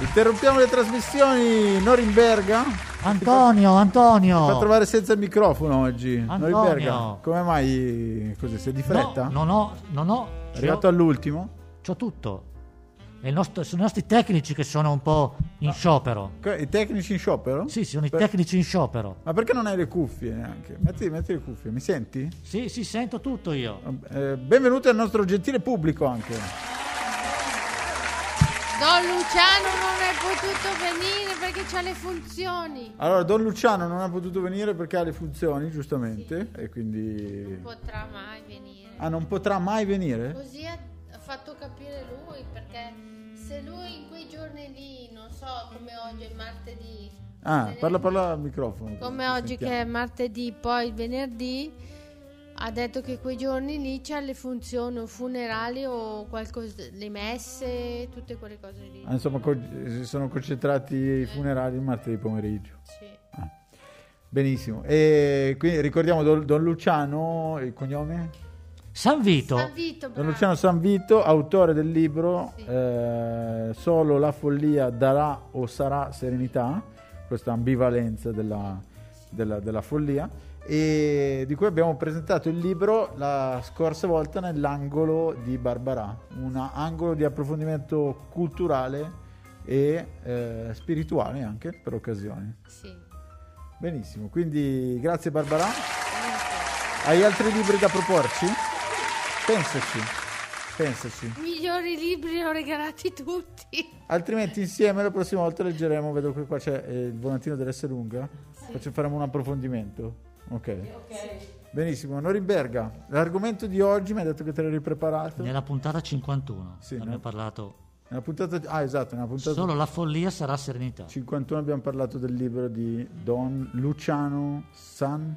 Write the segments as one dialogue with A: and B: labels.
A: Interrompiamo le trasmissioni, Norimberga.
B: Antonio, Antonio.
A: Fa trovare senza il microfono oggi.
B: Antonio.
A: Norimberga, come mai così? Sei di fretta?
B: No, no, no, no.
A: È arrivato all'ultimo?
B: C'ho tutto. E il nostro- sono i nostri tecnici che sono un po' in sciopero.
A: Que- I tecnici in sciopero?
B: Sì, sono i
A: Per-
B: tecnici in sciopero.
A: Ma perché non hai le cuffie neanche? Metti, metti le cuffie, mi senti?
B: Sì, sì, sento tutto io.
A: Eh, benvenuti al nostro gentile pubblico anche.
C: Don Luciano non è potuto venire perché c'ha le funzioni.
A: Allora, Don Luciano non ha potuto venire perché ha le funzioni, giustamente, e quindi...
C: Potrà mai venire.
A: Ah, non potrà mai venire?
C: Così ha ha fatto capire lui perché se lui in quei giorni lì, non so come oggi è martedì,
A: Ah,
C: se-
A: parla, parla al microfono.
C: come oggi
A: sentiamo.
C: che è martedì, poi il venerdì, ha detto che quei giorni lì c'ha le funzioni o funerali o qualcosa, le messe, tutte quelle cose lì.
A: Ah, Insomma, co- si sono concentrati i funerali il martedì pomeriggio. Ah,
C: Sì.
A: Benissimo. E quindi ricordiamo Don, Don Luciano, il cognome?
B: San Vito.
C: San Vito,
A: Don
C: bravo.
A: Luciano Sanvito, autore del libro
C: Sì.
A: eh, Solo la follia darà o sarà serenità, questa ambivalenza della, della- della follia, e di cui abbiamo presentato il libro la scorsa volta nell'angolo di Barbarà, un angolo di approfondimento culturale e eh, spirituale anche per occasione.
C: Sì.
A: Benissimo, quindi grazie Barbara. Hai altri libri da proporci? Pensaci, pensaci.
C: migliori libri li ho regalati tutti.
A: Altrimenti insieme la prossima volta leggeremo, vedo che qua c'è eh, il volantino dell'essere lunga, Faccio- faremo un approfondimento. Ok. Benissimo, Norimberga, l'argomento di oggi mi hai detto che te l'eri preparato.
B: Nella puntata 51
A: Sì,
B: abbiamo
A: no?
B: parlato
A: Nella puntata... Ah esatto, nella puntata
B: solo la follia sarà serenità.
A: 51 abbiamo parlato del libro di Don Luciano San,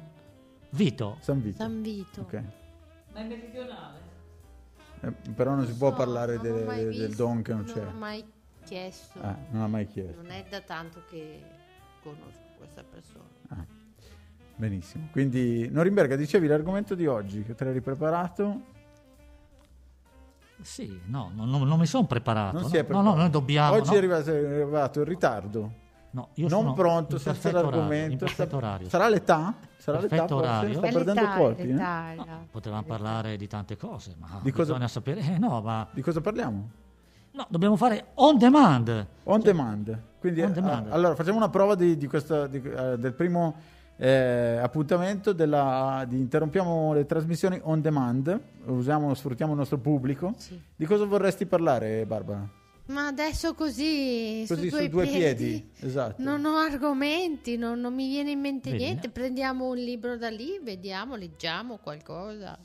B: Vito,
A: San Vito.
C: San Vito.
A: Ok.
D: Ma è meridionale.
A: Eh, però non si può
C: No,
A: parlare
C: non ho
A: de-
C: mai
A: del
C: visto,
A: don che non,
C: Non
A: c'è.
C: ho mai chiesto.
A: Ah, non ha mai chiesto.
C: Non è da tanto che conosco questa persona.
A: Ah, Benissimo. Quindi, Norimberga, dicevi l'argomento di oggi che te l'hai preparato.
B: sì, no, no, no, non mi sono preparato.
A: Non
B: Ah, no?
A: si è preparato.
B: No, no, noi dobbiamo.
A: Oggi
B: no?
A: è arrivato, è arrivato in ritardo.
B: No, io
A: non
B: sono
A: pronto,
B: in
A: senza
B: perfetto orario, in
A: l'argomento.
B: perfetto
A: Sa-
B: orario.
A: Sarà l'età? Sarà
B: Perfetto
A: l'età? forse?
B: orario.
A: Sta perdendo colpi. eh?
B: Potevamo parlare di tante cose, ma
A: Di cosa-
B: bisogna sapere. eh, no, ma
A: Di cosa parliamo?
B: no, dobbiamo fare on demand.
A: On demand. Quindi,
B: On
A: eh,
B: demand.
A: ah, allora, facciamo una prova di, di questa- di- eh, del primo eh, appuntamento della- di Interrompiamo le trasmissioni on demand. Usiamo, sfruttiamo il nostro pubblico.
C: Sì.
A: Di cosa vorresti parlare, Barbara?
C: Ma adesso così,
A: Così
C: su
A: su
C: due,
A: due
C: piedi,
A: piedi, esatto.
C: non ho argomenti, non, non mi viene in mente
B: Vedi,
C: niente.
B: no?
C: Prendiamo un libro da lì, vediamo, leggiamo qualcosa.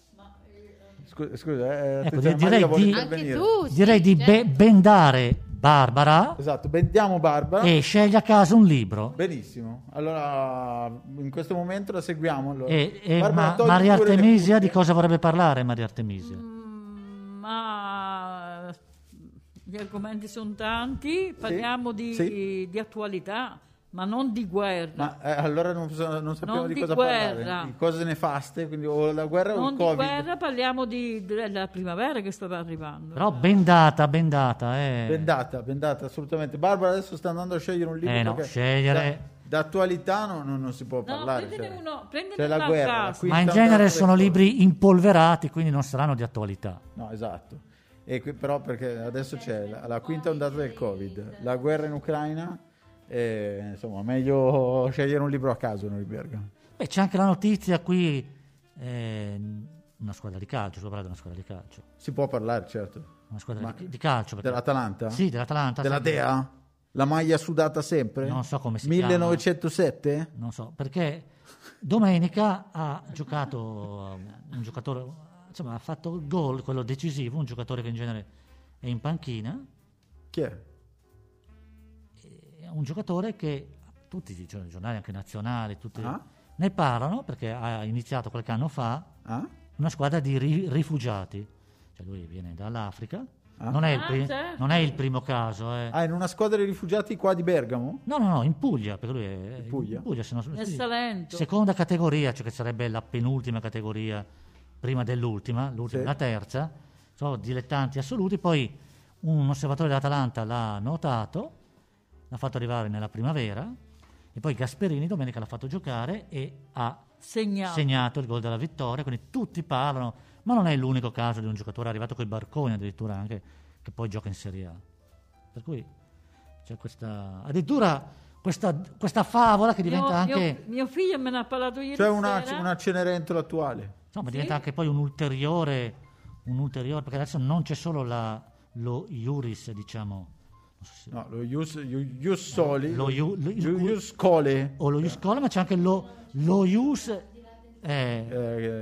A: Scusa, scusa eh,
B: Ecco,
A: attenzione,
B: direi
A: Maria vuole
B: di-
C: Anche
A: intervenire.
C: tu, sì,
B: Direi di
C: cioè,
B: be- bendare Barbara
A: Esatto, bendiamo Barbara.
B: e scegli a caso un libro.
A: Benissimo. Allora, in questo momento la seguiamo. allora.
B: E, e
A: Barbara,
B: Eh, ma-
A: togli
B: Maria
A: pure le
B: Artemisia di
A: cuffie.
B: cosa vorrebbe parlare Maria Artemisia?
D: Mm. Ma gli argomenti sono tanti, parliamo di,
A: sì.
D: di attualità, ma non di guerra.
A: Ma eh, allora non, so- non sappiamo
D: Non
A: di
D: di
A: cosa
D: guerra.
A: parlare, di cose nefaste, quindi o la guerra o
D: non
A: il
D: di
A: Covid.
D: guerra, parliamo di- della primavera che stava arrivando.
B: Però bendata, bendata, eh.
A: Bendata, bendata, assolutamente. Barbara adesso sta andando a scegliere un libro.
B: Eh no,
A: perché
B: scegliere-
A: da- D'attualità no- no- non si può
D: No,
A: parlare.
D: prendene
A: cioè.
D: uno, prendene
A: C'è la
D: uno a
A: guerra. la
D: caso.
B: ma in
A: quinta
B: genere
A: ondata
B: sono
A: del Covid.
B: libri impolverati, quindi non saranno di attualità.
A: No, esatto. E qui, però perché adesso c'è la, la quinta ondata del Covid, la guerra in Ucraina, e, insomma, meglio scegliere un libro a caso, Norimberga.
B: Beh, c'è anche la notizia qui, eh, una squadra di calcio, sto parlando di una squadra di calcio.
A: Si può parlare, certo.
B: Una squadra
A: Ma-
B: di, di calcio. perché-
A: Dell'Atalanta?
B: Sì, dell'Atalanta.
A: Della
B: sempre.
A: Dea? La maglia sudata sempre?
B: Non so come si
A: 1907?
B: Non so, perché domenica ha giocato eh, un giocatore, insomma ha fatto il gol, quello decisivo, un giocatore che in genere è in panchina,
A: Chi è?
B: è un giocatore che tutti i gior- giornali anche nazionali tutti
A: Ah.
B: ne parlano perché ha iniziato qualche anno fa
A: Ah?
B: una squadra di ri- rifugiati, cioè lui viene dall'Africa,
A: Ah.
B: non, è il
D: Ah,
B: pri-
D: certo.
B: non è il primo caso, eh.
A: Ah, in una squadra di rifugiati qua di Bergamo?
B: No, no, no, in Puglia, perché lui è in
A: Puglia?
B: se non-
D: Nel
B: sì.
D: Salento.
B: Seconda categoria, cioè che sarebbe la penultima categoria prima dell'ultima, l'ultima
A: Sì.
B: è la terza, sono dilettanti assoluti, poi un osservatore dell'Atalanta l'ha notato l'ha fatto arrivare nella primavera e poi Gasperini domenica l'ha fatto giocare e ha
D: Segnato.
B: segnato il gol della vittoria, quindi tutti parlano, ma non è l'unico caso di un giocatore arrivato coi barconi addirittura anche che poi gioca in Serie A. Per cui c'è questa addirittura questa, questa favola che diventa
D: Mio-
B: anche
D: mio, mio figlio me ne ha parlato ieri
A: C'è Cioè, una,
D: sera.
A: una Cenerentola attuale.
B: Insomma,
D: Sì.
B: diventa anche poi un ulteriore, un ulteriore, perché adesso non c'è solo la- lo Iuris, diciamo, non so se-
A: No, lo Ius, Iu- Ius Soli.
B: Lo Iu- lo-
A: Iu- Ius Cole.
B: o lo Ius Cola, ma c'è anche lo, lo Ius eh,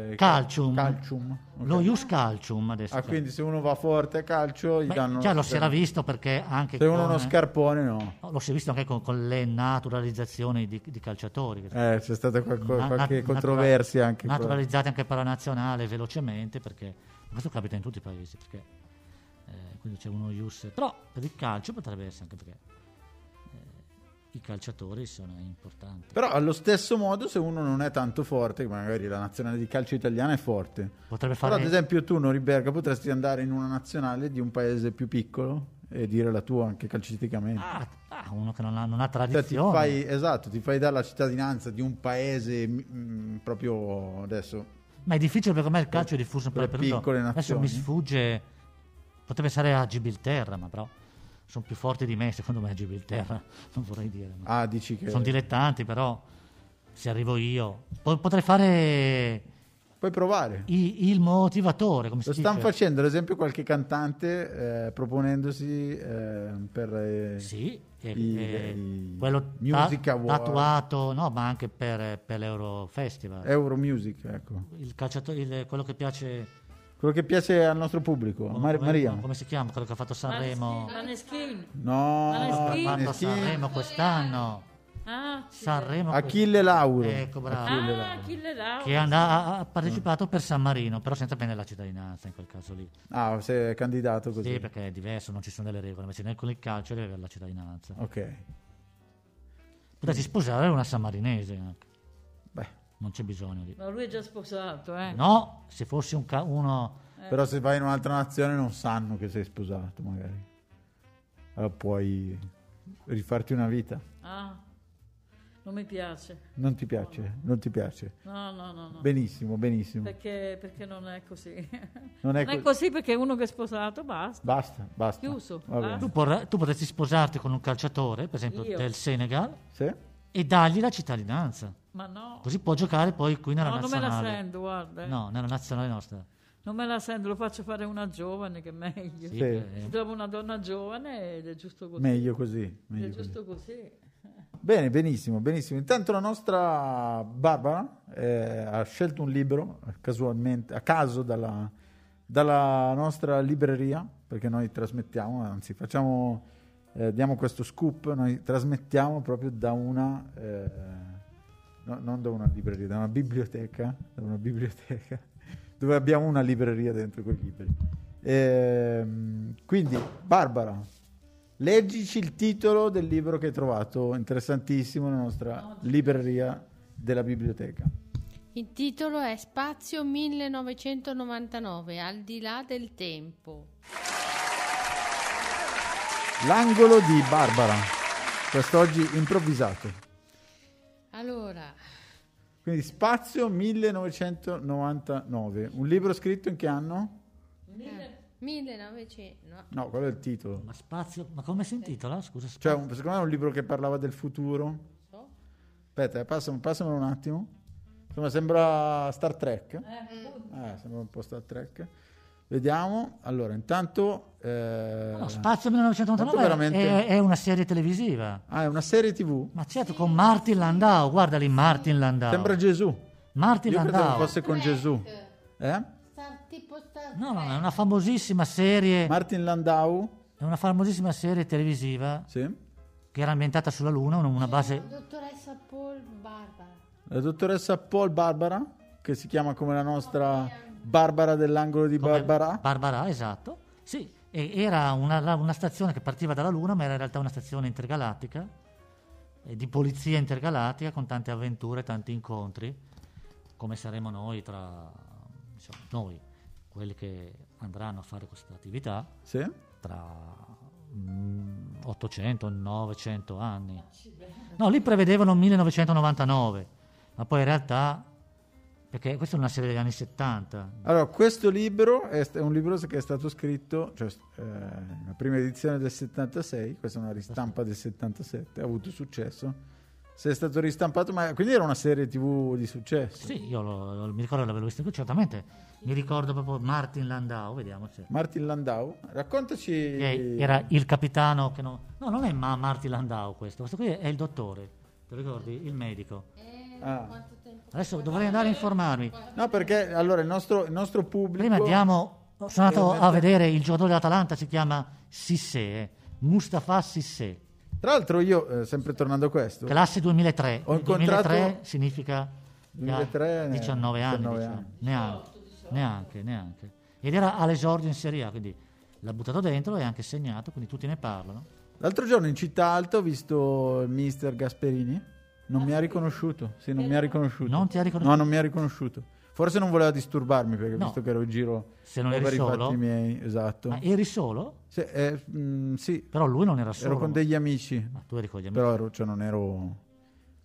A: eh,
B: Calcium.
A: Calcium. ok.
B: Lo Ius Calcium adesso.
A: Ah,
B: c'è.
A: quindi se uno va forte a calcio, gli
B: Beh,
A: danno...
B: già lo si era visto perché anche
A: Se uno
B: con, eh,
A: uno scarpone, no.
B: lo si è visto anche con, con le naturalizzazioni di, di calciatori. che-
A: Eh, c'è stata qual- qual-
B: Na-
A: qualche
B: nat-
A: controversia
B: natura-
A: anche. qua.
B: naturalizzate anche per la nazionale velocemente perché questo capita in tutti i paesi perché eh, quindi c'è uno ius però per il calcio potrebbe essere anche perché eh, i calciatori sono importanti
A: Però allo stesso modo, se uno non è tanto forte, che magari la nazionale di calcio italiana è forte.
B: potrebbe
A: Però ad
B: fare
A: esempio tu, Noriberga, potresti andare in una nazionale di un paese più piccolo e dire la tua anche calcisticamente.
B: ah, ah, uno che non ha, non ha
A: Cioè, ti
B: tradizione
A: fai, esatto, ti fai dare la cittadinanza di un paese mm, proprio adesso.
B: ma è difficile perché ormai il calcio è diffuso un po'
A: Per
B: dappertutto
A: piccole
B: adesso mi
A: nazioni.
B: sfugge potrebbe essere a Gibilterra ma però sono più forti di me secondo me a Gibilterra non vorrei dire ma-
A: Ah, dici che...
B: Sono dilettanti, però se arrivo io po- potrei fare
A: Puoi provare.
B: i- il motivatore, come si
A: Lo
B: dice?
A: stanno facendo, ad esempio, qualche cantante eh, proponendosi eh, per eh,
B: Sì, e-
A: I-
B: e
A: i-
B: quello
A: Music
B: ta-
A: Award.
B: tatuato, no, ma anche per, per l'Eurofestival.
A: Euro Music, ecco.
B: Il calciatore, il- quello che piace,
A: Quello che piace al nostro pubblico, Mar-
B: come,
A: Maria.
B: come si chiama? Quello che ha fatto Sanremo,
D: Maneskin.
A: No,
B: ha
D: Maneskin.
B: fatto
A: Maneskin.
B: Sanremo quest'anno.
D: Ah, sì.
B: Sanremo
A: Achille Lauro.
B: Ecco, bravo.
A: Achille
D: Ah,
A: Lauro.
D: Achille Lauro.
B: che andà- ha
A: Mm.
B: partecipato per San Marino, però senza prendere la cittadinanza in quel caso lì.
A: Ah, si è candidato così.
B: Sì, perché è diverso, non ci sono delle regole, invece nel con il calcio deve avere la cittadinanza.
A: Ok.
D: Mm.
B: Potresti sposare una sammarinese anche,
A: Beh,
B: non c'è bisogno di...
D: Ma lui è già sposato, eh.
B: No, se fossi un ca- uno...
A: Però se vai in un'altra nazione non sanno che sei sposato, magari. Allora puoi rifarti una vita.
D: Ah, non mi piace.
A: Non ti piace, non ti piace.
D: No, no, no, no.
A: Benissimo, benissimo.
D: Perché, perché non è così.
A: Non è
D: Non è
A: co-
D: così perché uno che è sposato, basta.
A: Basta, basta.
D: Chiuso,
A: Va bene.
B: Tu, porra- tu potresti sposarti con un calciatore, per esempio
D: Io.
B: del Senegal,
A: Sì?
B: e dargli la cittadinanza.
D: Ma no,
B: Così può giocare poi qui nella
D: no non me la
B: nazionale.
D: sento, guarda. eh.
B: no, nella nazionale nostra.
D: Non me la sento, lo faccio fare a una giovane che è meglio.
A: Sì.
B: Sì, eh,
A: eh.
B: che-
D: Si trova una donna giovane ed è giusto così.
A: Meglio così.
D: È
A: meglio così.
D: giusto così.
A: Bene, benissimo, benissimo. Intanto la nostra Barbara eh, ha scelto un libro casualmente, a caso dalla, dalla nostra libreria, perché noi trasmettiamo, anzi facciamo, eh, diamo questo scoop, noi trasmettiamo proprio da una, eh, no, non da una libreria, da una biblioteca, da una biblioteca dove abbiamo una libreria dentro quei libri. Ehm, quindi, Barbara, leggici il titolo del libro che hai trovato, interessantissimo, nella nostra libreria della biblioteca.
C: Il titolo è Spazio 1999, al di là del tempo.
A: L'angolo di Barbara, quest'oggi improvvisato.
C: Allora,
A: Quindi Spazio 1999, un libro scritto in che anno?
C: eh, 1900... no.
A: No, quello è il titolo.
B: Ma spazio... Ma come si intitola? Scusa,
A: Cioè,
B: spazio.
A: un- secondo me è un libro che parlava del futuro.
C: so.
A: Aspetta, eh, passami- passamelo un attimo. Insomma, sembra Star Trek. Eh, sembra un po' Star Trek. Vediamo. Allora, intanto... eh,
B: No, spazio
A: Tanto
B: 1999
A: veramente-
B: è- è una serie televisiva.
A: Ah, è una serie tv.
B: Ma certo, con Martin Landau, guarda lì Martin Landau.
A: Sembra Gesù.
B: Martin
A: Io pensavo
B: Landau.
A: fosse con Gesù. Eh?
C: Sta- tipo Star
B: No, no, è una famosissima serie,
A: Martin Landau.
B: è una famosissima serie televisiva
A: Sì.
B: che era ambientata sulla Luna, una- una base...
C: Dottoressa Paul Barbara.
A: La dottoressa Paul Barbara, che si chiama come la nostra Barbara dell'angolo di
B: come-
A: Barbara.
B: Barbara, esatto. Sì, e era una, la- una stazione che partiva dalla Luna, ma era in realtà una stazione intergalattica, eh, di polizia intergalattica, con tante avventure, tanti incontri, come saremo noi tra... insomma, noi, quelli che andranno a fare questa attività.
A: Sì.
B: tra mm, 800, 900 anni. No, lì prevedevano 1999, ma poi in realtà, perché questa è una serie degli anni 70,
A: Allora, questo libro è, st- è un libro che è stato scritto, cioè eh, la prima edizione del 76, questa è una ristampa del 77, ha avuto successo, se è stato ristampato, ma quindi era una serie tv di successo.
B: Sì, io lo- lo- mi ricordo di averlo visto qui, certamente. Mi ricordo proprio Martin Landau, vediamo se.
A: Martin Landau, raccontaci...
B: Che era il capitano che non... No, non è ma- Martin Landau questo, questo qui è il dottore, te lo ricordi? Il medico.
A: Ah.
B: Adesso dovrei andare a informarmi.
A: No, perché allora il nostro, il nostro pubblico... eh.
B: Prima andiamo... Sono andato a vedere il giocatore dell'Atalanta, si chiama Sissé, Mustafa Sissé,
A: Tra l'altro io, eh, sempre tornando a questo,
B: classe 2003.
A: Ho
B: Il 2003
A: incontrato-
B: significa che ha
A: 2003,
B: 19 anni,
A: 19
B: diciamo.
A: anni.
B: Neanche, neanche, neanche. Ed era all'esordio in Serie A, quindi l'ha buttato dentro e anche segnato, quindi tutti ne parlano.
A: l'altro giorno in città alta ho visto il mister Gasperini, non mi ha riconosciuto, sì, non mi ha riconosciuto.
B: Non ti ha riconosciuto?
A: No, non mi ha riconosciuto. Forse non voleva disturbarmi perché
B: No.
A: visto che ero in giro
B: Se non eri
A: per i
B: solo.
A: fatti miei, esatto.
B: Ma eri solo?
A: Se- eh, mm, sì,
B: Però lui non era solo.
A: ero con degli amici,
B: Ma tu eri con gli amici.
A: però ero- cioè, non ero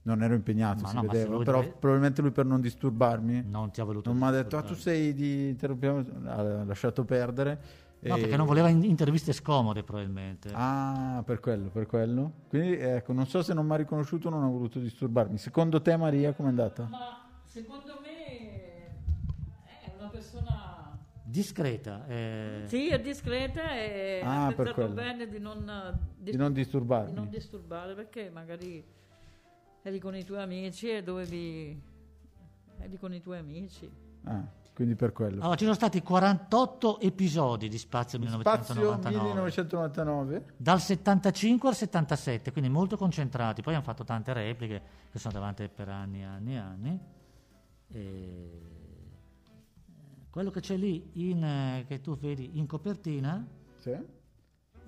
A: non ero impegnato,
B: Ma
A: si
B: no, ma se
A: vedeva,
B: lui-
A: però probabilmente lui per non disturbarmi
B: Non ti ha voluto.
A: non mi ha detto "Ah, tu
B: ascoltare.
A: sei di te l'abbiamo-" ha lasciato perdere
B: No,
A: e-
B: perché non voleva in- interviste scomode, probabilmente.
A: Ah, per quello, per quello. Quindi ecco, non so se non mi ha riconosciuto o non ha voluto disturbarmi. Secondo te Maria com'è andata?
D: Ma secondo me eh, è una persona...
B: Discreta. eh.
D: Sì, è discreta e
A: Ah,
D: ha
A: per quello.
D: pensato bene di non,
A: Di non disturbarmi.
D: di non disturbare perché magari eri con i tuoi amici e dovevi... eri con i tuoi amici.
A: Ah, quindi per quello.
B: Allora, ci sono stati 48 episodi di Spazio
A: Spazio
B: 1999.
A: 1999.
B: Dal 75 al 77, quindi molto concentrati. Poi hanno fatto tante repliche che sono davanti per anni e anni e anni. E... eh, Quello che c'è lì, in, eh, che tu vedi in copertina,
A: Sì.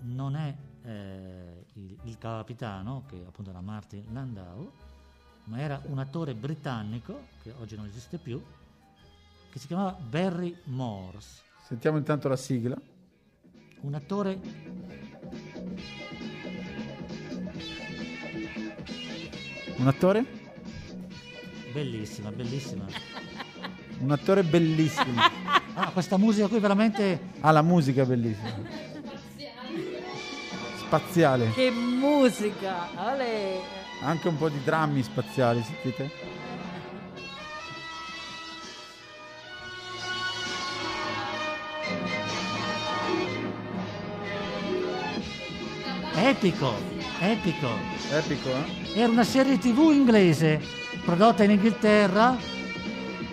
B: non è eh, il, il capitano, che appunto era Martin Landau, ma era un attore britannico, che oggi non esiste più, che si chiamava Barry Morse.
A: Sentiamo intanto la sigla.
B: Un attore...
A: Un attore?
B: Bellissima, bellissima.
A: Un attore bellissimo.
B: Ah, questa musica qui veramente...
A: Ah, la musica è bellissima. Spaziale.
D: Che musica! Ale!
A: Anche un po' di drammi spaziali, sentite?
B: Epico, epico.
A: Epico, eh?
B: Era una serie tv inglese prodotta in Inghilterra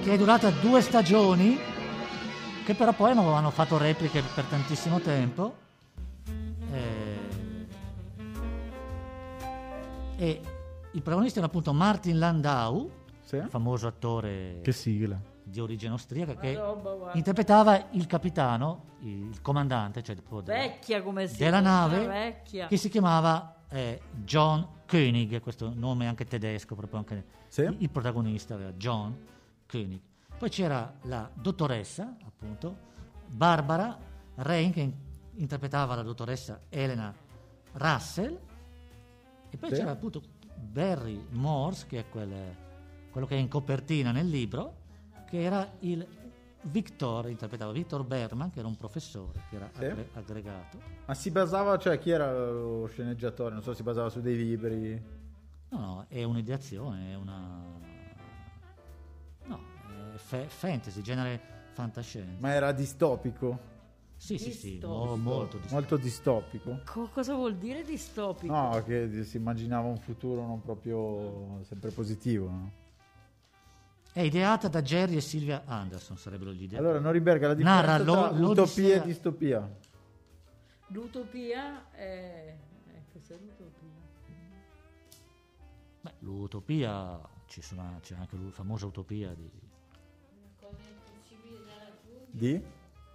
B: che è durata due stagioni, che però poi non hanno fatto repliche per tantissimo tempo. Eh, E il protagonista era appunto Martin Landau,
A: Sì.
B: famoso attore
A: Che sigla.
B: di origine austriaca, che
D: Roba, guarda.
B: interpretava il capitano, il comandante, cioè proprio della-
D: Vecchia come si
B: della
D: dice,
B: nave
D: Vecchia.
B: che si chiamava eh, John König, questo nome anche tedesco, proprio anche
A: Sì.
B: il, il protagonista era John König. Poi c'era la dottoressa, appunto, Barbara Rain che in- interpretava la dottoressa Elena Russell e poi
A: Sì.
B: c'era appunto Barry Morse che è quel- quello che è in copertina nel libro, che era il Victor, interpretava Victor Berman che era un professore, che era
A: Sì.
B: aggre- aggregato.
A: Ma si basava, cioè chi era lo sceneggiatore? Non so, si basava su dei libri.
B: No, no, è un'ideazione, è una... No, è fa- fantasy, genere fantascienza.
A: Ma era distopico.
B: Sì, sì, sì,
D: Distopico.
B: mo- molto di
A: Molto distopico.
D: Co- cosa vuol dire distopico?
A: No, che di- si immaginava un futuro non proprio sempre positivo. no?
B: È ideata da Jerry e Silvia Anderson, sarebbero gli ideali.
A: Allora, Norimberga, la differenza
B: Narra
A: tra
B: lo-
A: utopia
B: l'odissea.
A: e distopia.
D: L'utopia è... eh, cos'è l'utopia?
B: Beh, l'utopia, ci sono- c'è anche la famosa utopia di...
A: Di?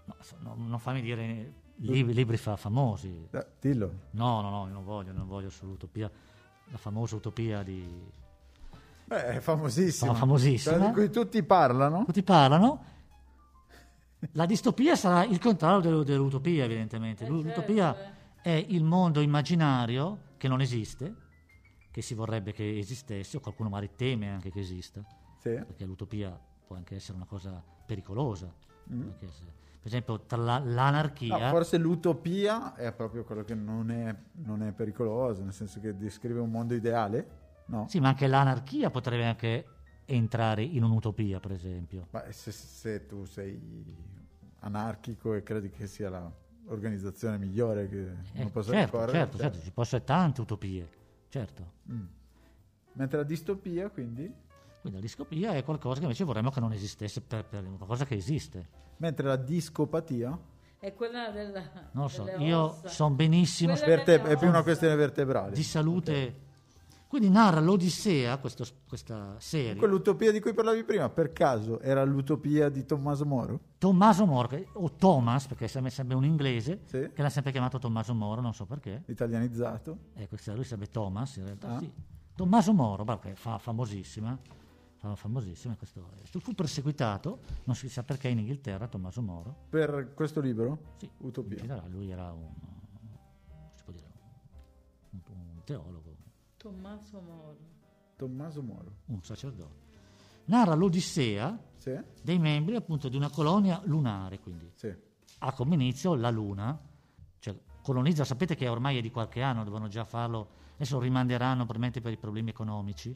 B: No, so- no, non fammi dire libri, libri fa- famosi.
A: Eh, Dillo.
B: No, no, no, io non voglio, non voglio sull'utopia, la famosa utopia di...
A: Beh, è famosissimo.
B: No, famosissima.
A: Di cui tutti parlano.
B: tutti parlano. La distopia sarà il contrario dello- dell'utopia, evidentemente. L'u- L'utopia è il mondo immaginario che non esiste, che si vorrebbe che esistesse, o qualcuno magari teme anche che esista,
A: Sì.
B: perché l'utopia può anche essere una cosa pericolosa. può anche essere- Per esempio, tra la- l'anarchia...
A: Mm-hmm. No, forse l'utopia è proprio quello che non è, non è pericoloso, nel senso che descrive un mondo ideale, no?
B: Sì, ma anche l'anarchia potrebbe anche entrare in un'utopia, per esempio.
A: Ma se, se tu sei anarchico e credi che sia l'organizzazione migliore che
B: Eh,
A: non possa
B: certo,
A: ricorrere,
B: certo,
A: cioè,
B: certo, ci possono essere tante utopie, certo.
A: mm. Mentre la distopia, quindi...
B: Quindi la discopia è qualcosa che invece vorremmo che non esistesse, per, per una cosa che esiste.
A: Mentre la discopatia,
D: È quella della...
B: Non lo so,
D: delle
B: io
D: ossa.
B: sono benissimo
D: Quella-
A: per te è
D: vertebra-
A: più una
D: ossa.
A: questione vertebrale.
B: di salute. Quindi narra l'Odissea, questo- questa serie.
A: Comunque Ecco, l'utopia di cui parlavi prima, per caso, era l'utopia di Tommaso Moro?
B: Tommaso Moro, che- o Thomas, perché sembra, sembra un inglese,
A: Sì.
B: che l'ha sempre chiamato Tommaso Moro, non so perché.
A: Italianizzato?
B: Eh, questa lui sarebbe Thomas, in realtà
A: Ah.
B: sì. Tommaso Moro, guarda, che fa, famosissima, fa- famosissima questo, fu perseguitato, non si sa perché in Inghilterra, Tommaso Moro,
A: Per questo libro?
B: Sì,
A: Utopia.
B: in generale lui era un, si può dire, un, un teologo,
D: Tommaso Moro.
A: Tommaso Moro.
B: un sacerdote. Narra l'odissea
A: Sì?
B: dei membri appunto di una colonia lunare, quindi
A: Sì.
B: ha come inizio la luna, cioè colonizza, sapete che ormai è di qualche anno, devono già farlo, adesso lo rimanderanno probabilmente per i problemi economici,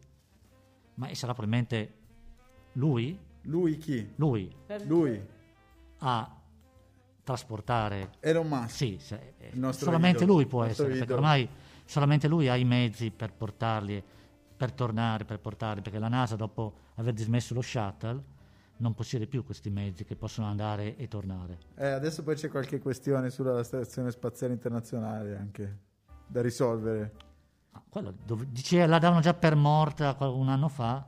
B: ma sarà probabilmente lui,
A: Lui chi?
B: lui
D: Per-
A: Lui,
B: a trasportare
A: Elon Musk.
B: Sì, se- eh,
A: Il nostro
B: solamente
A: idolo,
B: lui può
A: il nostro
B: essere, perché
A: idolo.
B: ormai solamente lui ha i mezzi per portarli, per tornare, per portarli, perché la NASA dopo aver dismesso lo shuttle non possiede più questi mezzi che possono andare e tornare.
A: Eh, adesso poi c'è qualche questione sulla stazione spaziale internazionale anche da risolvere.
B: Ah, quello dove- dice- la davano già per morta qual- un anno fa.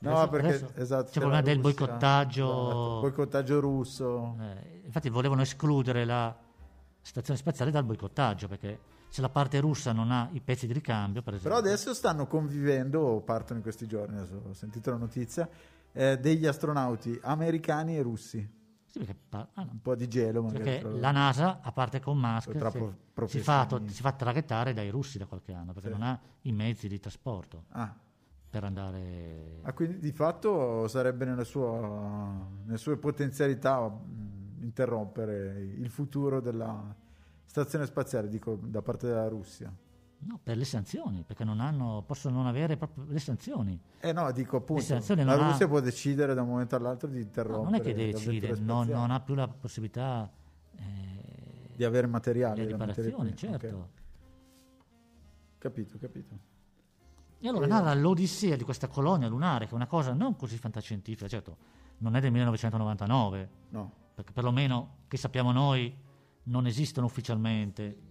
A: No,
B: Adesso-
A: perché
B: adesso
A: esatto,
B: C'è il
A: c'è la
B: problema del
A: Russia, esatto,
B: boicottaggio.
A: boicottaggio russo.
B: Eh, infatti volevano escludere la stazione spaziale dal boicottaggio, perché se la parte russa non ha i pezzi di ricambio, per esempio...
A: Però adesso stanno convivendo, o partono in questi giorni, adesso ho sentito la notizia, eh, degli astronauti americani e russi. Un
B: Sì, perché par- ah, no,
A: po' di gelo magari.
B: Perché
A: tra loro.
B: la NASA, a parte con Musk,
A: Tra
B: si,
A: pro-
B: si fa, to-
A: professionisti.
B: si fa traghettare dai russi da qualche anno perché
A: Sì.
B: non ha i mezzi di trasporto
A: Ah,
B: per andare.
A: ah, quindi di fatto sarebbe nella sua, nelle sue potenzialità mh, interrompere il futuro della stazione spaziale, dico, da parte della Russia.
B: No, per le sanzioni, perché non hanno, possono non avere proprio le sanzioni.
A: Eh no, dico appunto,
B: sanzioni
A: la
B: non ha-
A: Russia può decidere da un momento all'altro di
B: No,
A: interrompere
B: non è che
A: l'avventura
B: decide, non,
A: spaziale,
B: non ha più la possibilità eh,
A: di avere materiale.
B: di
A: la materia
B: riparazione,
A: prima, ok.
B: certo.
A: Capito, capito.
B: E
A: Eh,
B: allora narra l'odissea di questa colonia lunare, che è una cosa non così fantascientifica, certo, non è del 1999,
A: No.
B: perché perlomeno che sappiamo noi non esistono ufficialmente.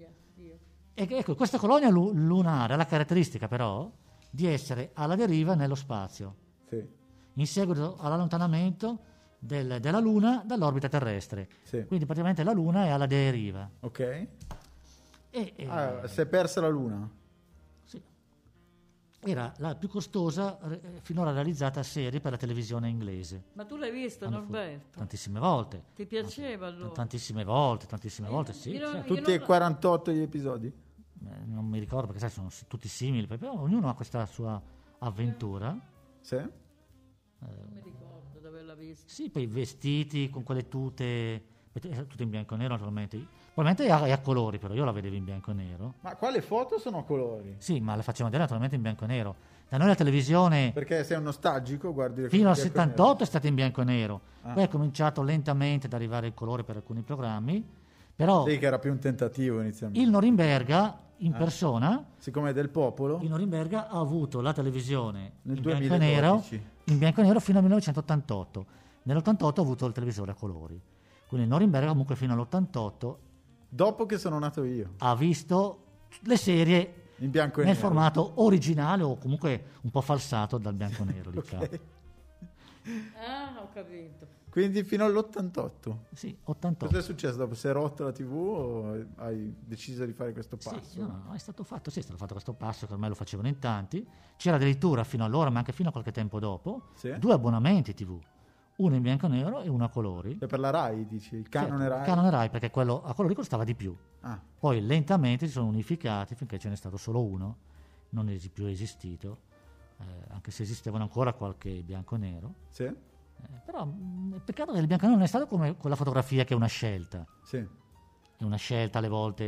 B: E che- ecco, questa colonia lu- lunare ha la caratteristica però di essere alla deriva nello spazio,
A: Sì,
B: in seguito all'allontanamento del- della Luna dall'orbita terrestre.
A: sì.
B: Quindi praticamente la Luna è alla deriva.
A: Ok.
B: Eh. E, e-
A: Ah, si è persa la luna.
B: sì. Era la più costosa eh, finora realizzata serie per la televisione inglese.
D: Ma tu l'hai visto,
B: Hanno fu-
D: Norberto?
B: Tantissime volte.
D: Ti piaceva
B: T-
D: allora? Eh,
B: Tantissime volte, tantissime
D: Io-
B: volte, sì.
D: io-
B: certo.
A: Tutti e
D: non-
A: 48 gli episodi?
B: Eh, Non mi ricordo perché sai, sono s- tutti simili, però ognuno ha questa sua avventura.
A: Sì.
D: Non mi ricordo di averla vista.
B: Sì, poi vestiti con quelle tute, eh, tutte in bianco e nero naturalmente. Probabilmente è a, è a colori, però io la vedevo in bianco e nero.
A: Ma qua le foto sono a colori?
B: Sì, ma la facevano vedere naturalmente in bianco e nero. Da noi la televisione
A: Perché sei un nostalgico, guardi le
B: fino al
A: foto in bianco e nero.
B: 78 è stata in bianco e nero.
A: Ah.
B: Poi è cominciato lentamente ad arrivare il colore per alcuni programmi. Però
A: Sì, che Ah. era più un tentativo inizialmente.
B: il Norimberga in persona,
A: Siccome è del popolo,
B: il Norimberga ha avuto la televisione
A: Nel
B: in bianco e nero
A: 2012.
B: in bianco e nero fino al 1988. Nell'88 ha avuto il televisore a colori. Quindi il Norimberga comunque fino all'88
A: dopo che sono nato io,
B: ha visto le serie
A: in bianco e
B: nel
A: nero.
B: formato originale o comunque un po' falsato dal bianco e nero. diciamo.
A: Ok.
D: Ah, ho capito.
A: Quindi fino all'88.
B: Sì,
A: Cos'è
B: 88.
A: successo dopo? Si è rotta la tv o hai deciso di fare questo passo?
B: Sì, no, no, è stato fatto, sì, è stato fatto questo passo che ormai lo facevano in tanti. C'era addirittura fino allora, ma anche fino a qualche tempo dopo,
A: Sì.
B: due abbonamenti TV. una in bianco e nero e una a colori.
A: Cioè, per la Rai dici, il canone
B: Certo,
A: Rai.
B: Canone Rai, perché quello a colori costava di più.
A: Ah,
B: Poi lentamente si sono unificati finché ce n'è stato solo uno, non è più esistito, eh, anche se esistevano ancora qualche bianco e nero.
A: sì?
B: Eh, però mh, il peccato che il bianco e nero non è stato come con la fotografia che è una scelta,
A: Sì.
B: è una scelta alle volte.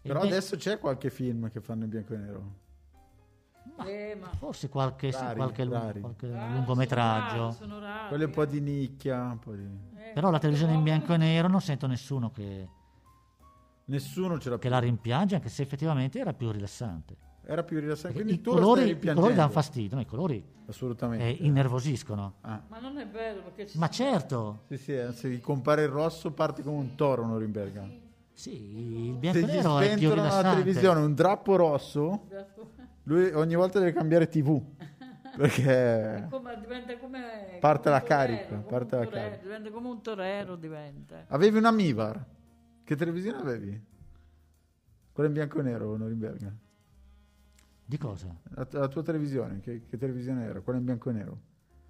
B: E
A: Però
B: beh,
A: adesso c'è qualche film che fanno in bianco e nero.
B: ma
D: Eh, ma-
B: Forse qualche, sì,
A: Rari,
B: qualche, lu-
A: rari.
B: qualche
D: Ah,
B: lungometraggio.
D: sono rari, sono rari.
A: Quello un po' di nicchia, un po' di...
D: Eh,
B: Però la televisione in
D: però-
B: bianco e nero non sento nessuno che,
A: Nessuno ce l'ha
B: che
A: più.
B: la rimpiange, anche se effettivamente era più rilassante.
A: Era più rilassante,
B: Perché
A: quindi
B: i,
A: tu lo
B: colori,
A: stai
B: i colori danno
A: ripiangendo.
B: fastidio, no, i colori
A: Assolutamente.
B: eh, innervosiscono.
A: Ah.
D: Ma non è bello perché ci
B: Ma certo,
A: Sì, sì, eh, se compare il rosso parte come un toro Norimberga.
B: sì, il bianco
A: Se
B: e
A: gli
B: nero è più
A: spentono la
B: rilassante.
A: televisione un drappo rosso, lui ogni volta deve cambiare TV. Perché...
D: Come- diventa come
A: Parte
D: come
A: la
D: un torero,
A: carica,
D: come
A: parte
D: un
A: la
D: torero,
A: carica.
D: diventa come un torero diventa
A: Avevi una Mivar. Che televisione avevi? Quella in bianco e nero, Norimberga.
B: Di cosa?
A: La, la tua televisione, che, che televisione era? Quella in bianco e nero.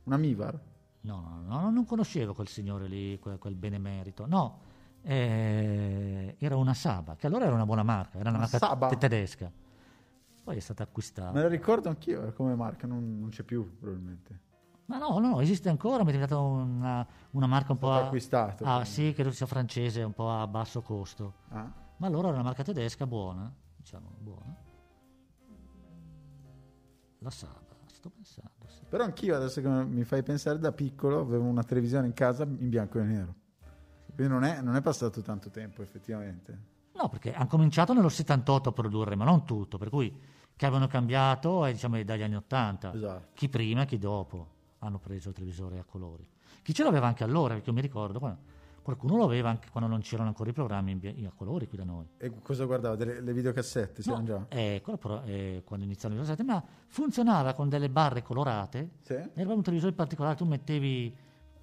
A: Una Mivar?
B: No, no, no, no, non conoscevo quel signore lì, quel, quel benemerito. No, eh, era una Saba, che allora era una buona marca, era una,
A: Una
B: marca
A: Saba?
B: te- tedesca. Poi è stata acquistata.
A: Me la ricordo anch'io eh, come marca, non, non c'è più probabilmente.
B: Ma no, no, no, esiste ancora, mi è diventata una, una marca un po'
A: stata
B: a-
A: acquistata,
B: Ah,
A: quindi.
B: sì, credo sia francese, un po' a basso costo.
A: Ah,
B: Ma allora era una marca tedesca buona, diciamo buona. La Saba, sto pensando, sì.
A: Però anch'io adesso che mi fai pensare da piccolo avevo una televisione in casa in bianco e nero. Quindi non è, non è passato tanto tempo effettivamente.
B: No, perché hanno cominciato nello 78 a produrre, ma non tutto, per cui che avevano cambiato è diciamo, dagli anni 80,
A: Esatto.
B: chi prima e chi dopo hanno preso il televisore a colori. Chi ce l'aveva anche allora, perché io mi ricordo, quando- qualcuno lo aveva anche quando non c'erano ancora i programmi in bi- in- a colori qui da noi.
A: E cosa guardavo? Delle- le videocassette, c'erano
B: No,
A: già?
B: eh, quello però, eh, quando iniziarono i videocassette, ma funzionava con delle barre colorate,
A: Sì?
B: era un televisore particolare, tu mettevi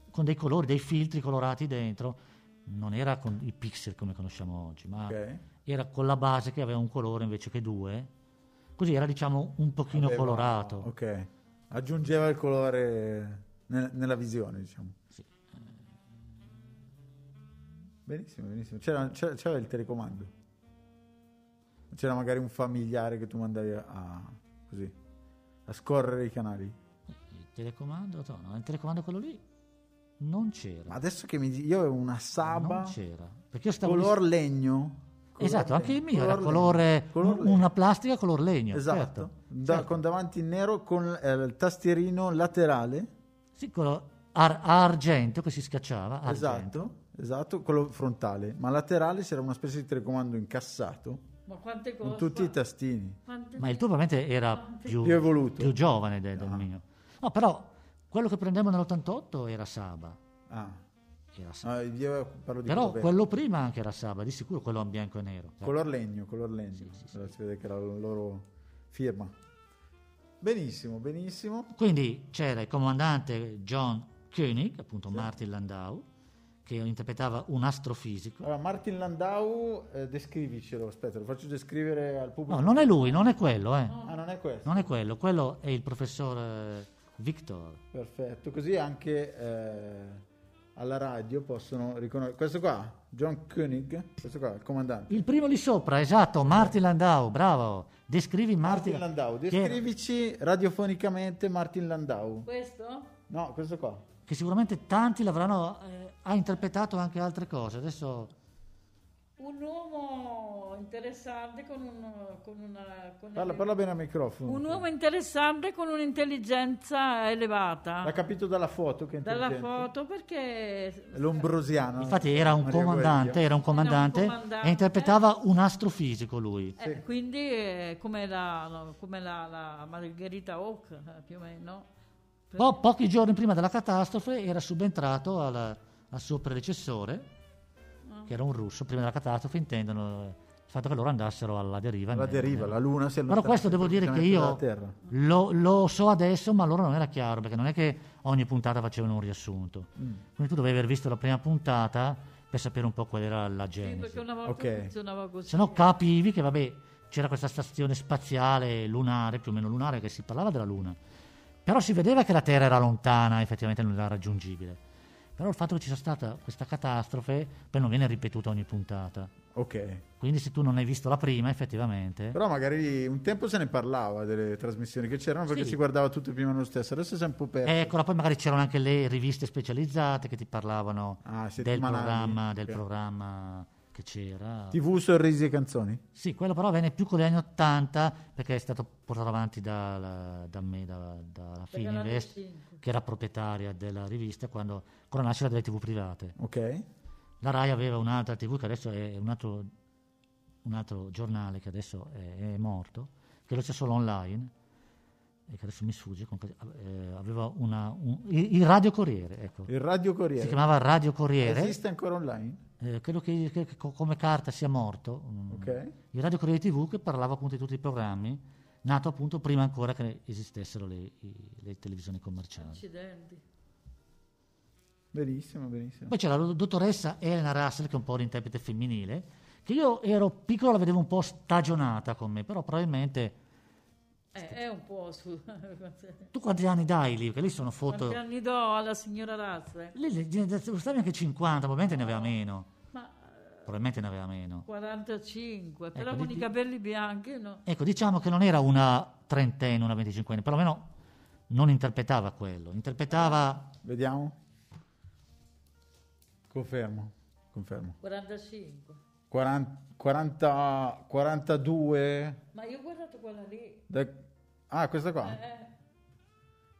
B: con dei colori, dei filtri colorati dentro, non era con i pixel come conosciamo oggi, ma
A: Ok.
B: era con la base che aveva un colore invece che due, così era diciamo un pochino
A: Aveva-
B: colorato.
A: Ok. Aggiungeva il colore ne- nella visione, diciamo.
B: Sì.
A: Benissimo, benissimo. C'era, c'era- c'era il telecomando. C'era magari un familiare che tu mandavi a, a- così, a scorrere i canali.
B: Il telecomando, no, no, il telecomando quello lì non c'era.
A: Ma adesso che mi dici, io avevo una
B: non
A: saba
B: c'era. Perché io stavo
A: color legno. Color
B: Esatto, anche il
A: legno,
B: mio era
A: color
B: colore,
A: legno, color
B: un-
A: legno.
B: una plastica color legno.
A: Esatto,
B: certo,
A: Da-
B: certo.
A: con davanti in nero con eh, il tastierino laterale.
B: Sì, quello ar- argento che si scacciava. argento.
A: Esatto, esatto, quello frontale, ma laterale c'era una specie di telecomando incassato
D: ma quante cose
A: con tutti i tastini.
D: quante-
B: Ma il tuo ovviamente era più,
A: Più evoluto.
B: più giovane de- del
A: Ah.
B: mio. No, però quello che prendemmo nell'88 era Saba.
A: Ah,
B: Era Saba.
A: ah, io parlo di
B: Però
A: quello, vero.
B: quello prima anche era Saba, di sicuro quello in bianco e nero.
A: color legno, color legno. Allora si vede che era la loro firma. Benissimo, benissimo.
B: Quindi c'era il comandante John Koenig, appunto Martin Landau, che interpretava un astrofisico.
A: Allora, Martin Landau, eh, descrivicelo, aspetta, lo faccio descrivere al pubblico.
B: No, non è lui, non è quello, eh.
A: Ah, non è questo.
B: Non è quello, quello è il professor eh, Victor.
A: Perfetto, così anche eh, alla radio possono riconoscere. Questo qua, John Koenig, questo qua, il comandante.
B: Il primo lì sopra, esatto, Martin Landau, bravo. Descrivi Martin,
A: Martin Landau,
B: che era-
A: descrivici radiofonicamente Martin Landau.
D: questo?
A: No, questo qua.
B: che sicuramente tanti l'avranno eh, ha interpretato anche altre cose. Adesso
D: un uomo interessante con un con una con
A: Parla, parla bene al microfono.
D: un uomo interessante con un'intelligenza elevata
A: L'ha capito dalla foto che è
D: dalla
A: intelligente.
D: foto perché
A: È L'ombrosiano.
B: infatti era un
A: Ah, Maria
B: comandante,
A: Guerdia.
B: era un comandante
D: comandante.
B: e interpretava un astrofisico lui.
D: eh, quindi eh, come la, la- come la, la Margherita Hawk eh, più o meno
B: Po- pochi giorni prima della catastrofe era subentrato al, al suo predecessore,
D: Ah.
B: che era un russo. Prima della catastrofe intendono eh, il fatto che loro andassero alla deriva.
A: La deriva, la luna si
B: Però
A: allontana.
B: questo devo dire che
A: semplicemente
B: io
A: dalla Terra.
B: lo, lo so adesso, ma allora non era chiaro, perché non è che ogni puntata facevano un riassunto.
A: Mm,
B: Quindi tu dovevi aver visto la prima puntata per sapere un po' qual era la
D: Sì,
B: genesi.
D: perché una volta
A: Ok.
D: funzionava così
B: Se no capivi che vabbè, c'era questa stazione spaziale lunare, più o meno lunare, che si parlava della Luna. Però si vedeva che la Terra era lontana, effettivamente non era raggiungibile. Però il fatto che ci sia stata questa catastrofe poi non viene ripetuta ogni puntata.
A: Ok.
B: Quindi se tu non hai visto la prima, effettivamente...
A: Però magari un tempo se ne parlava delle trasmissioni che c'erano perché
B: Sì. Eh.
A: si guardava tutto prima nello stesso, adesso si è un po' perso.
B: Eccola, ecco, poi magari c'erano anche le riviste specializzate che ti parlavano
A: Ah,
B: del,
A: settimanali,
B: programma, del
A: ok.
B: programma che c'era.
A: TV, sorrisi e canzoni.
B: Sì, quello però venne più con gli anni 80 perché è stato portato avanti da, da me, da, dalla Fininvest,
D: Cinque.
B: che era proprietaria della rivista quando, con la nascita delle tv private.
A: Ok.
B: La RAI aveva un'altra tv che adesso è un altro, un altro giornale che adesso è, è morto, che lo c'è solo online, e che adesso mi sfugge, comunque, eh, aveva una, un- il, il Radio Corriere, ecco.
A: Il Radio Corriere.
B: Si chiamava Radio Corriere,
A: Eh, Esiste ancora online?
B: eh, credo che, che- che co- come carta sia morto, mm,
A: Ok.
B: il Radio Corriere TV che parlava appunto di tutti i programmi, nato appunto prima ancora che esistessero le, i- le televisioni commerciali.
D: Accidenti.
A: Benissimo, benissimo.
B: Poi c'era la dottoressa Elena Russell, che è un po' l'interprete femminile, che io ero piccolo, la vedevo un po' stagionata con me, però probabilmente...
D: Eh, è un po' su... Quanti
B: Tu quanti anni dai lì? Perché lì sono foto...
D: anni do alla signora Razza? eh?
B: Lì le generazioni- stavi anche 50, probabilmente ne aveva meno.
D: Ma eh,
B: Probabilmente ne aveva meno.
D: 45, però
B: Ecco,
D: con
B: di-
D: i capelli bianchi no.
B: Ecco, diciamo che non era una trentenne, una venticinquenne, perlomeno non interpretava quello, interpretava
A: Vediamo. Confermo, confermo.
D: 45.
A: 40, 40 42
D: Ma io ho guardato quella lì,
A: da- Ah, questa qua?
D: eh,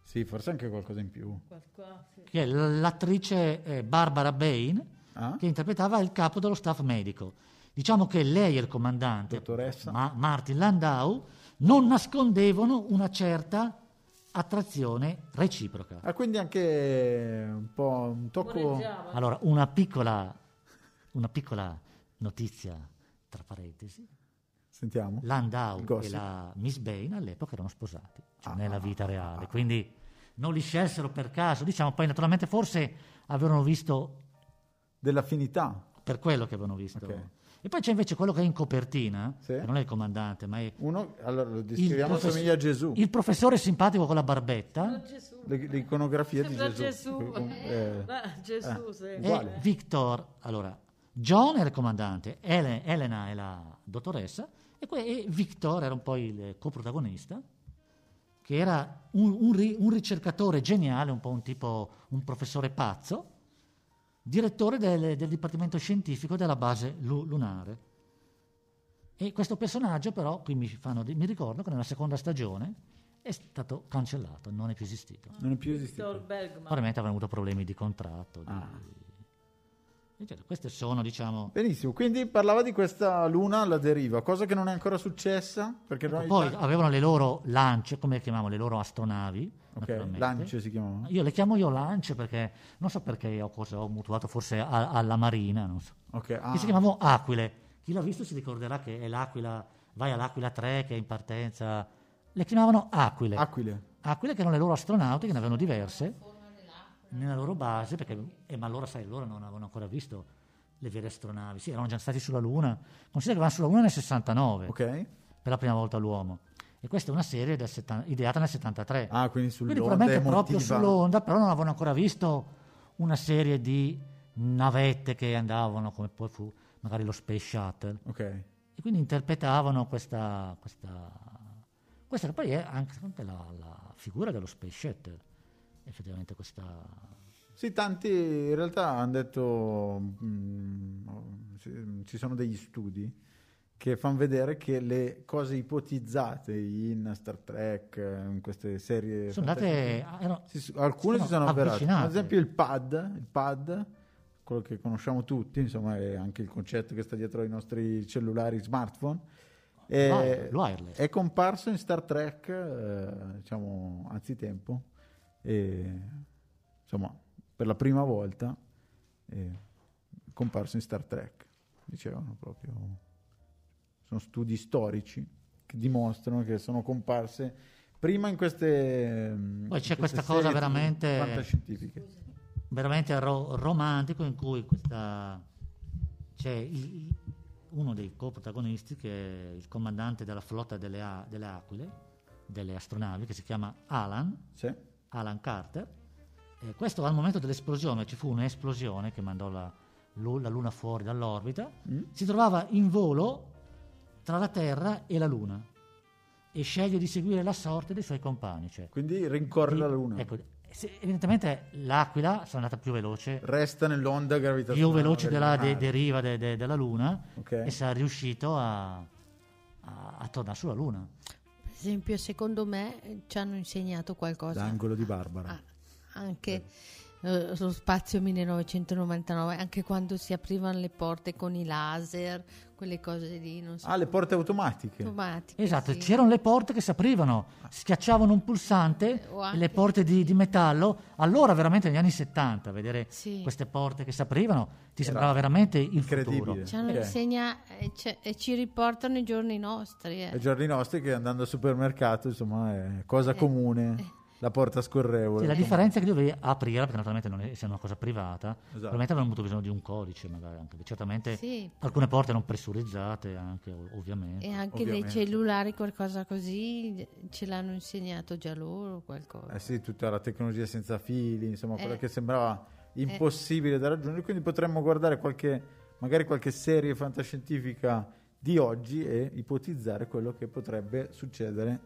A: Sì, forse anche qualcosa in più.
D: qualcosa.
B: che è l'attrice eh, Barbara Bain,
A: Ah?
B: che interpretava il capo dello staff medico. Diciamo che lei e il comandante,
A: Dottoressa.
B: Ma- Martin Landau, non nascondevano una certa attrazione reciproca.
A: Ah, quindi anche un po' un tocco
D: Correggiava.
B: Allora, una piccola, una piccola notizia, tra parentesi,
A: Sentiamo.
B: Landau
A: Gossip.
B: e la Miss Bain all'epoca erano sposati, cioè
A: Ah,
B: nella
A: ah,
B: vita
A: ah,
B: reale,
A: ah.
B: quindi non li scelsero per caso, diciamo, poi naturalmente forse avevano visto
A: Dell'affinità.
B: per quello che avevano visto.
A: Ok.
B: E poi c'è invece quello che è in copertina,
A: Sì.
B: che non è il comandante, ma è
A: Uno, allora lo descriviamo,
B: professor-
A: somiglia a Gesù.
B: il professore simpatico con la barbetta,
D: Sembra Gesù.
A: Ah?
D: Eh,
A: Le- L'iconografia di
D: Sembra
A: Gesù.
D: Gesù.
A: Eh,
D: Ah, Gesù, sì.
A: uguale.
B: e Victor, allora, John era il comandante, Ele- Elena è la dottoressa, e, que- e Victor era un po' il coprotagonista, che era un, un ri- un ricercatore geniale, un po' un tipo, un professore pazzo, direttore del, del dipartimento scientifico della base lu- lunare. E questo personaggio però, qui mi, fanno di- mi ricordo che nella seconda stagione è stato cancellato, non è più esistito.
A: Non è più
D: Victor
A: esistito.
D: Bergman.
B: Probabilmente avevano avuto problemi di contratto. di-
A: Ah.
B: eccetera. Queste sono, diciamo...
A: Benissimo, quindi parlava di questa luna alla deriva, cosa che non è ancora successa, perché noi...
B: Ecco, Poi avevano le loro lance, come le chiamiamo, le loro astronavi.
A: Ok,
B: naturalmente.
A: lance si chiamava.
B: Io le chiamo io lance perché non so perché ho, cosa, ho mutuato forse a- alla marina, non so.
A: Ok, ah,
B: Che si chiamavano aquile. Chi l'ha visto si ricorderà che è l'aquila, vai all'aquila 3 che è in partenza. Le chiamavano aquile.
A: Aquile.
B: aquile Ah, che erano le loro astronauti, che ne avevano diverse, nella loro base, perché, eh, ma allora sai, loro non avevano ancora visto le vere astronavi. Sì, erano già stati sulla Luna. Considera che vanno sulla Luna nel 69
A: Ok?
B: per la prima volta l'uomo. E questa è una serie del 70 ideata nel 73.
A: Ah, quindi
B: Quindi
A: sull'onda
B: probabilmente
A: emotiva.
B: proprio sull'onda, però non avevano ancora visto una serie di navette che andavano, come poi fu magari lo Space Shuttle.
A: Ok.
B: E quindi interpretavano questa... questa, questa che poi è anche, anche la, la figura dello Space Shuttle, effettivamente questa...
A: Sì, tanti in realtà hanno detto, mm, oh, sì, ci sono degli studi che fanno vedere che le cose ipotizzate in Star Trek, in queste serie...
B: Sono andate...
A: fantastiche,
B: erano-
A: si s- alcune si sono avverate.
B: avvicinate.
A: Ad esempio il pad, il pad, quello che conosciamo tutti, insomma è anche il concetto che sta dietro ai nostri cellulari smartphone, è,
B: Wire- wireless.
A: è comparso in Star Trek, eh, diciamo, anzitempo, e, insomma, per la prima volta eh, è comparso in Star Trek, dicevano proprio, sono studi storici che dimostrano che sono comparse prima in queste... mm,
B: Poi
A: in
B: c'è
A: queste
B: questa cosa
A: serie
B: veramente-
A: Fantascientifiche.
B: veramente ro- romantico in cui questa c'è il- uno dei coprotagonisti che è il comandante della flotta delle, a- delle aquile, delle astronavi, che si chiama Alan,
A: Sì.
B: Alan Carter, Eh, questo al momento dell'esplosione, ci fu un'esplosione che mandò la, lu- la Luna fuori dall'orbita,
A: Mm?
B: si trovava in volo tra la Terra e la Luna e sceglie di seguire la sorte dei suoi compagni. Cioè,
A: Quindi rincorre la Luna.
B: Ecco, se- evidentemente l'Aquila sarà andata più veloce,
A: Resta nell'onda gravitazionale.
B: più veloce della de-
A: lunare.
B: deriva de- de- della Luna
A: Ok.
B: e sarà riuscito a, a- a tornare sulla Luna.
C: Per esempio, secondo me eh, ci hanno insegnato qualcosa.
A: L'angolo di Barbara.
C: Ah, anche eh, lo spazio 1999, anche quando si aprivano le porte con i laser, quelle cose lì, non so.
A: Ah, le porte automatiche.
C: automatiche,
B: Esatto,
C: sì.
B: c'erano le porte che si aprivano, schiacciavano un pulsante,
C: Eh, O anche-
B: le porte di, di metallo. Allora, veramente negli anni 70, vedere
C: Sì.
B: queste porte che si aprivano ti sembrava veramente il
A: incredibile.
B: futuro.
C: Ci hanno
A: Ok.
C: insegna- eh, ce- e ci riportano i giorni nostri. eh.
A: Ai giorni nostri che andando al supermercato, insomma, è cosa
C: Eh.
A: comune. La porta scorrevole.
B: Sì, la differenza è che dovevi aprire, perché naturalmente non è, essendo una cosa privata,
A: Esatto.
B: probabilmente avevano avuto bisogno di un codice, magari anche. Certamente
C: Sì.
B: alcune porte erano pressurizzate, anche ov- ovviamente.
C: E anche
A: Ovviamente.
C: dei cellulari, qualcosa così, ce l'hanno insegnato già loro, qualcosa.
A: Eh sì, tutta la tecnologia senza fili, insomma,
C: Eh.
A: quella che sembrava impossibile da raggiungere. Quindi potremmo guardare qualche, magari qualche serie fantascientifica di oggi e ipotizzare quello che potrebbe succedere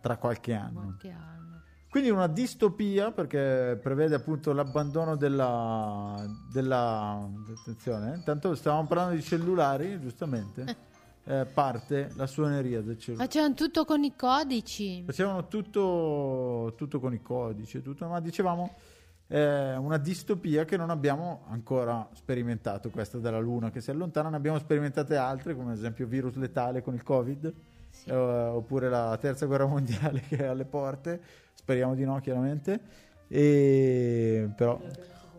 A: tra qualche anno.
C: Qualche anno.
A: Quindi una distopia perché prevede appunto l'abbandono della... della attenzione, eh, tanto stavamo parlando di cellulari, giustamente. Eh, parte la suoneria del cellulare.
C: Facevano tutto con i codici.
A: Facevano tutto, tutto con i codici, e tutto, ma dicevamo eh, una distopia che non abbiamo ancora sperimentato, questa della Luna che si allontana, ne abbiamo sperimentate altre, come ad esempio virus letale con il Covid, eh, oppure la terza guerra mondiale che è alle porte, speriamo di no chiaramente, e, però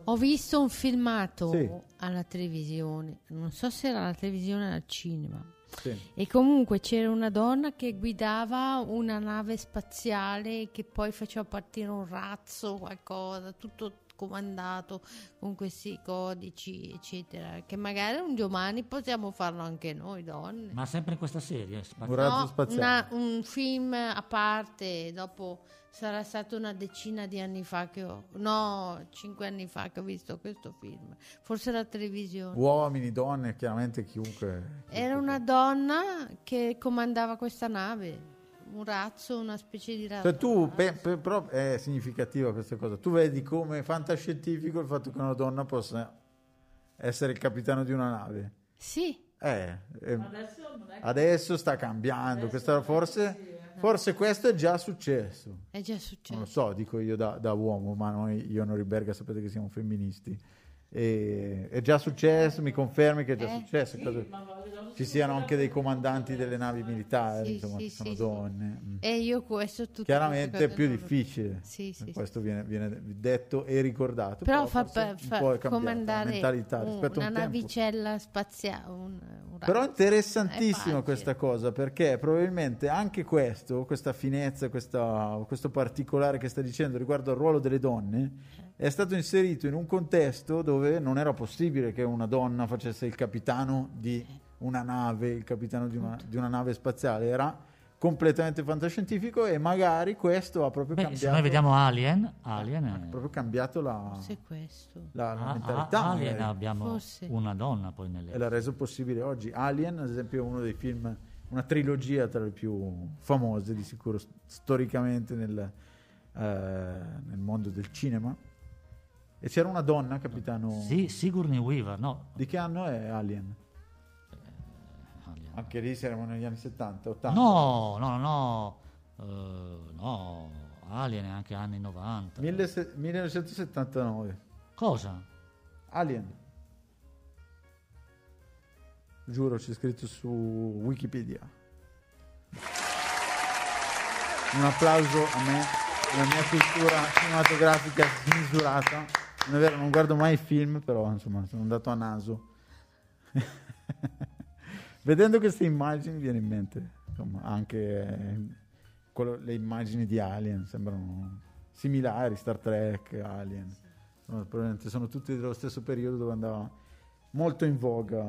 C: Ho visto un filmato
A: Sì.
C: alla televisione, non so se era alla televisione o al cinema.
A: sì,
C: E comunque c'era una donna che guidava una nave spaziale che poi faceva partire un razzo, qualcosa, tutto comandato con questi codici, eccetera. Che magari un domani possiamo farlo anche noi donne.
B: Ma sempre in questa serie. spazio-
A: un razzo
C: No,
A: spaziale.
C: una- un film a parte, dopo sarà stato una decina di anni fa che ho, no, cinque anni fa che ho visto questo film, forse la televisione.
A: Uomini, donne, chiaramente chiunque.
C: Era una donna che comandava questa nave, un razzo, una specie di razzo.
A: Cioè, tu, pe- pe- però è significativa questa cosa. Tu vedi come fantascientifico il fatto che una donna possa essere il capitano di una nave.
C: Sì,
A: Eh, eh,
D: Adesso non è
A: adesso sta cambiando. Questa, forse,
C: eh.
A: forse questo è già successo.
C: è già
A: Non lo
C: successo.
A: so, dico io da, da uomo, ma noi, io e Noriberga sapete che siamo femministi. E- è già successo, mi confermi che è già
C: Eh,
A: successo. Credo ci siano anche dei comandanti delle navi militari,
C: Sì,
A: insomma,
C: sì,
A: che sono
C: sì, sì.
A: donne. Mm.
C: E io questo tutto
A: Chiaramente è più difficile.
C: Sì, sì, sì.
A: questo viene, viene detto e ricordato.
C: Però fa,
A: forse
C: fa
A: un po' è cambiata la
C: comandare
A: mentalità
C: un-
A: rispetto a
C: una
A: un tempo.
C: navicella spaziale, un, un razzo.
A: Però è
C: È
A: interessantissima
C: facile.
A: questa cosa perché probabilmente anche questo, questa finezza, questa- questo particolare che sta dicendo riguardo al ruolo delle donne, è stato inserito in un contesto dove non era possibile che una donna facesse il capitano di una nave, il capitano di una, di una nave spaziale, era completamente fantascientifico e magari questo ha proprio
B: Beh, se
A: cambiato
B: noi vediamo Alien, Alien
A: ha
B: è-
A: Eh, proprio cambiato la,
C: Forse questo.
A: la- la
B: Ah,
A: mentalità.
B: ah, Alien
A: magari.
B: abbiamo
C: Forse.
B: una donna poi nelle...
A: E l'ha reso possibile oggi. Alien, ad esempio, è uno dei film, una trilogia tra le più famose, di sicuro, s- storicamente nel, eh, nel mondo del cinema. E c'era una donna, capitano.
B: Sì, Sigourney Weaver, no.
A: Di che anno è Alien?
B: Alien.
A: Anche lì saremo negli anni 70, 80.
B: No, no, no, no. Eh, no, Alien è anche anni 90.
A: 1979.
B: Cosa?
A: Alien. Giuro, c'è scritto su Wikipedia. Un applauso a me, la mia cultura cinematografica smisurata. Non è vero, non guardo mai i film, però insomma sono andato a naso. Vedendo queste immagini viene in mente insomma, anche eh, quello- le immagini di Alien, sembrano similari, Star Trek, Alien. Insomma, probabilmente sono tutti dello stesso periodo dove andava molto in voga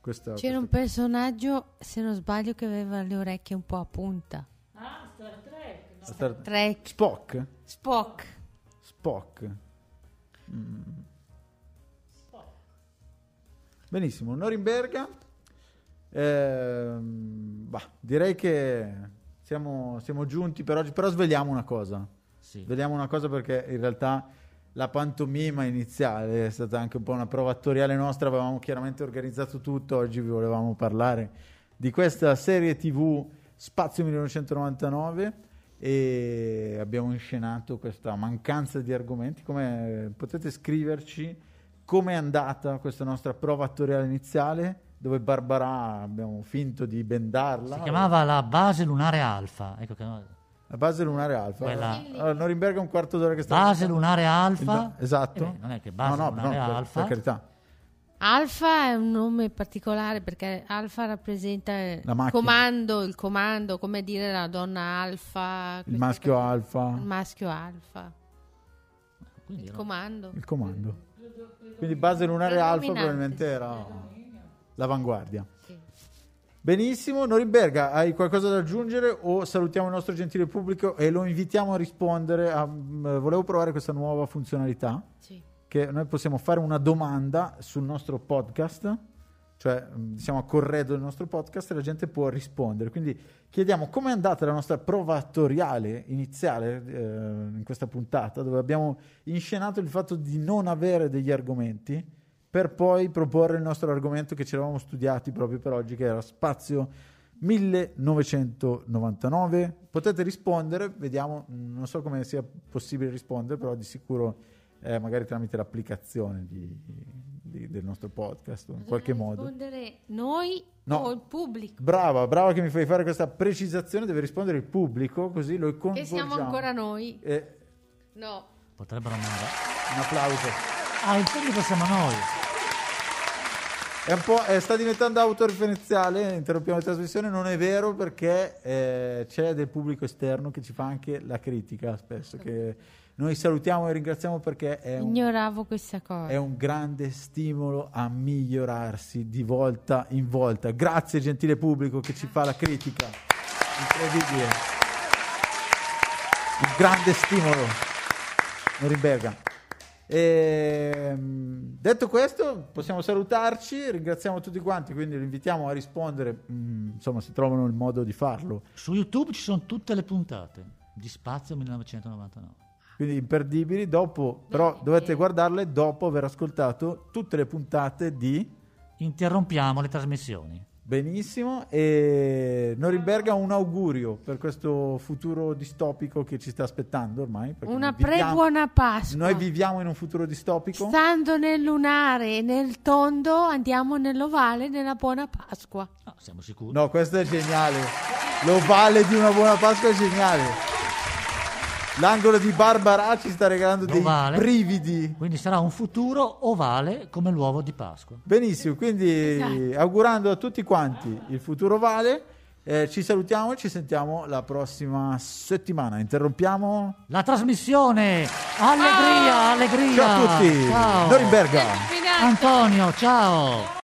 A: questa...
C: C'era un
A: questa-
C: personaggio, se non sbaglio, che aveva le orecchie un po' a punta.
D: Ah, Star Trek. No?
A: Star-
C: Trek,
A: Spock?
C: Spock.
A: Spock. Mm. Benissimo, Norimberga. Ehm, bah, direi che siamo, siamo giunti per oggi, però svegliamo una cosa.
B: Sì.
A: Svegliamo una cosa perché in realtà la pantomima iniziale è stata anche un po' una prova attoriale nostra, avevamo chiaramente organizzato tutto, oggi vi volevamo parlare di questa serie TV Spazio 1999 e abbiamo inscenato questa mancanza di argomenti. Come potete scriverci come è andata questa nostra prova attoriale iniziale dove Barbara abbiamo finto di bendarla.
B: Si chiamava la base lunare alfa. Ecco che-
A: la base lunare alfa.
B: Quella-
A: Allora, Norimberga è un quarto d'ora che sta
B: base lunare alfa.
A: Esatto.
B: Eh beh, non è che base lunare
A: per-
B: alfa.
A: Per, carità.
C: Alfa è un nome particolare perché Alfa rappresenta il
A: La macchina.
C: comando, il comando, come dire la donna Alfa.
A: Il
C: queste
A: maschio
C: cose.
A: alfa,
C: Il maschio Alfa,
B: Quindi
C: il
B: era-
C: comando.
A: il comando. Quindi base lunare alfa
C: Predominante.
A: probabilmente era l'avanguardia.
C: Sì.
A: Benissimo, Norimberga, hai qualcosa da aggiungere o salutiamo il nostro gentile pubblico e lo invitiamo a rispondere? a- mh, volevo provare questa nuova funzionalità
C: Sì.
A: che noi possiamo fare una domanda sul nostro podcast, cioè mh, siamo a corredo del nostro podcast e la gente può rispondere. Quindi chiediamo come è andata la nostra prova attoriale iniziale eh, in questa puntata, dove abbiamo inscenato il fatto di non avere degli argomenti per poi proporre il nostro argomento che ci eravamo studiati proprio per oggi, che era spazio 1999. Potete rispondere, vediamo, non so come sia possibile rispondere, però di sicuro eh, magari tramite l'applicazione di- di- del nostro podcast, in qualche
C: Dobbiamo
A: modo.
C: rispondere noi
A: No.
C: o il pubblico?
A: Brava, brava che mi fai fare questa precisazione, deve rispondere il pubblico, così lo
C: Che siamo
A: coinvolgiamo.
C: ancora noi?
A: Eh,
C: No.
B: Potrebbero mandare.
A: un applauso.
B: Ah, il pubblico siamo noi.
A: È un po', eh, sta diventando autoreferenziale, interrompiamo la trasmissione, non è vero perché eh, c'è del pubblico esterno che ci fa anche la critica spesso, che noi salutiamo e ringraziamo perché è un,
C: Ignoravo questa cosa.
A: è un grande stimolo a migliorarsi di volta in volta. Grazie gentile pubblico che ci fa la critica, incredibile, un grande stimolo, Norimberga. Ehm, detto questo, possiamo salutarci, ringraziamo tutti quanti, quindi li invitiamo a rispondere, mm, insomma, se trovano il modo di farlo.
B: Su YouTube ci sono tutte le puntate di Spazio 1999.
A: Quindi imperdibili, dopo, però dovete guardarle dopo aver ascoltato tutte le puntate di
B: Interrompiamo le trasmissioni.
A: Benissimo e Norimberga un augurio per questo futuro distopico che ci sta aspettando ormai. perché
C: Una
A: noi viviamo-
C: pre-buona Pasqua.
A: Noi viviamo in un futuro distopico.
C: Stando nel lunare e nel tondo, andiamo nell'ovale della buona Pasqua.
B: No, Ah, siamo sicuri.
A: No, questo è geniale. L'ovale di una buona Pasqua è geniale. L'angolo di Barbara ci sta regalando dei
B: L'ovale.
A: brividi.
B: Quindi sarà un futuro ovale come l'uovo di Pasqua.
A: Benissimo, quindi augurando a tutti quanti il futuro vale, eh, ci salutiamo e ci sentiamo la prossima settimana. Interrompiamo.
B: La trasmissione! Allegria, allegria!
A: Ah! Ciao a tutti.
B: Ah, Ciao.
A: Norimberga.
B: Antonio, ciao!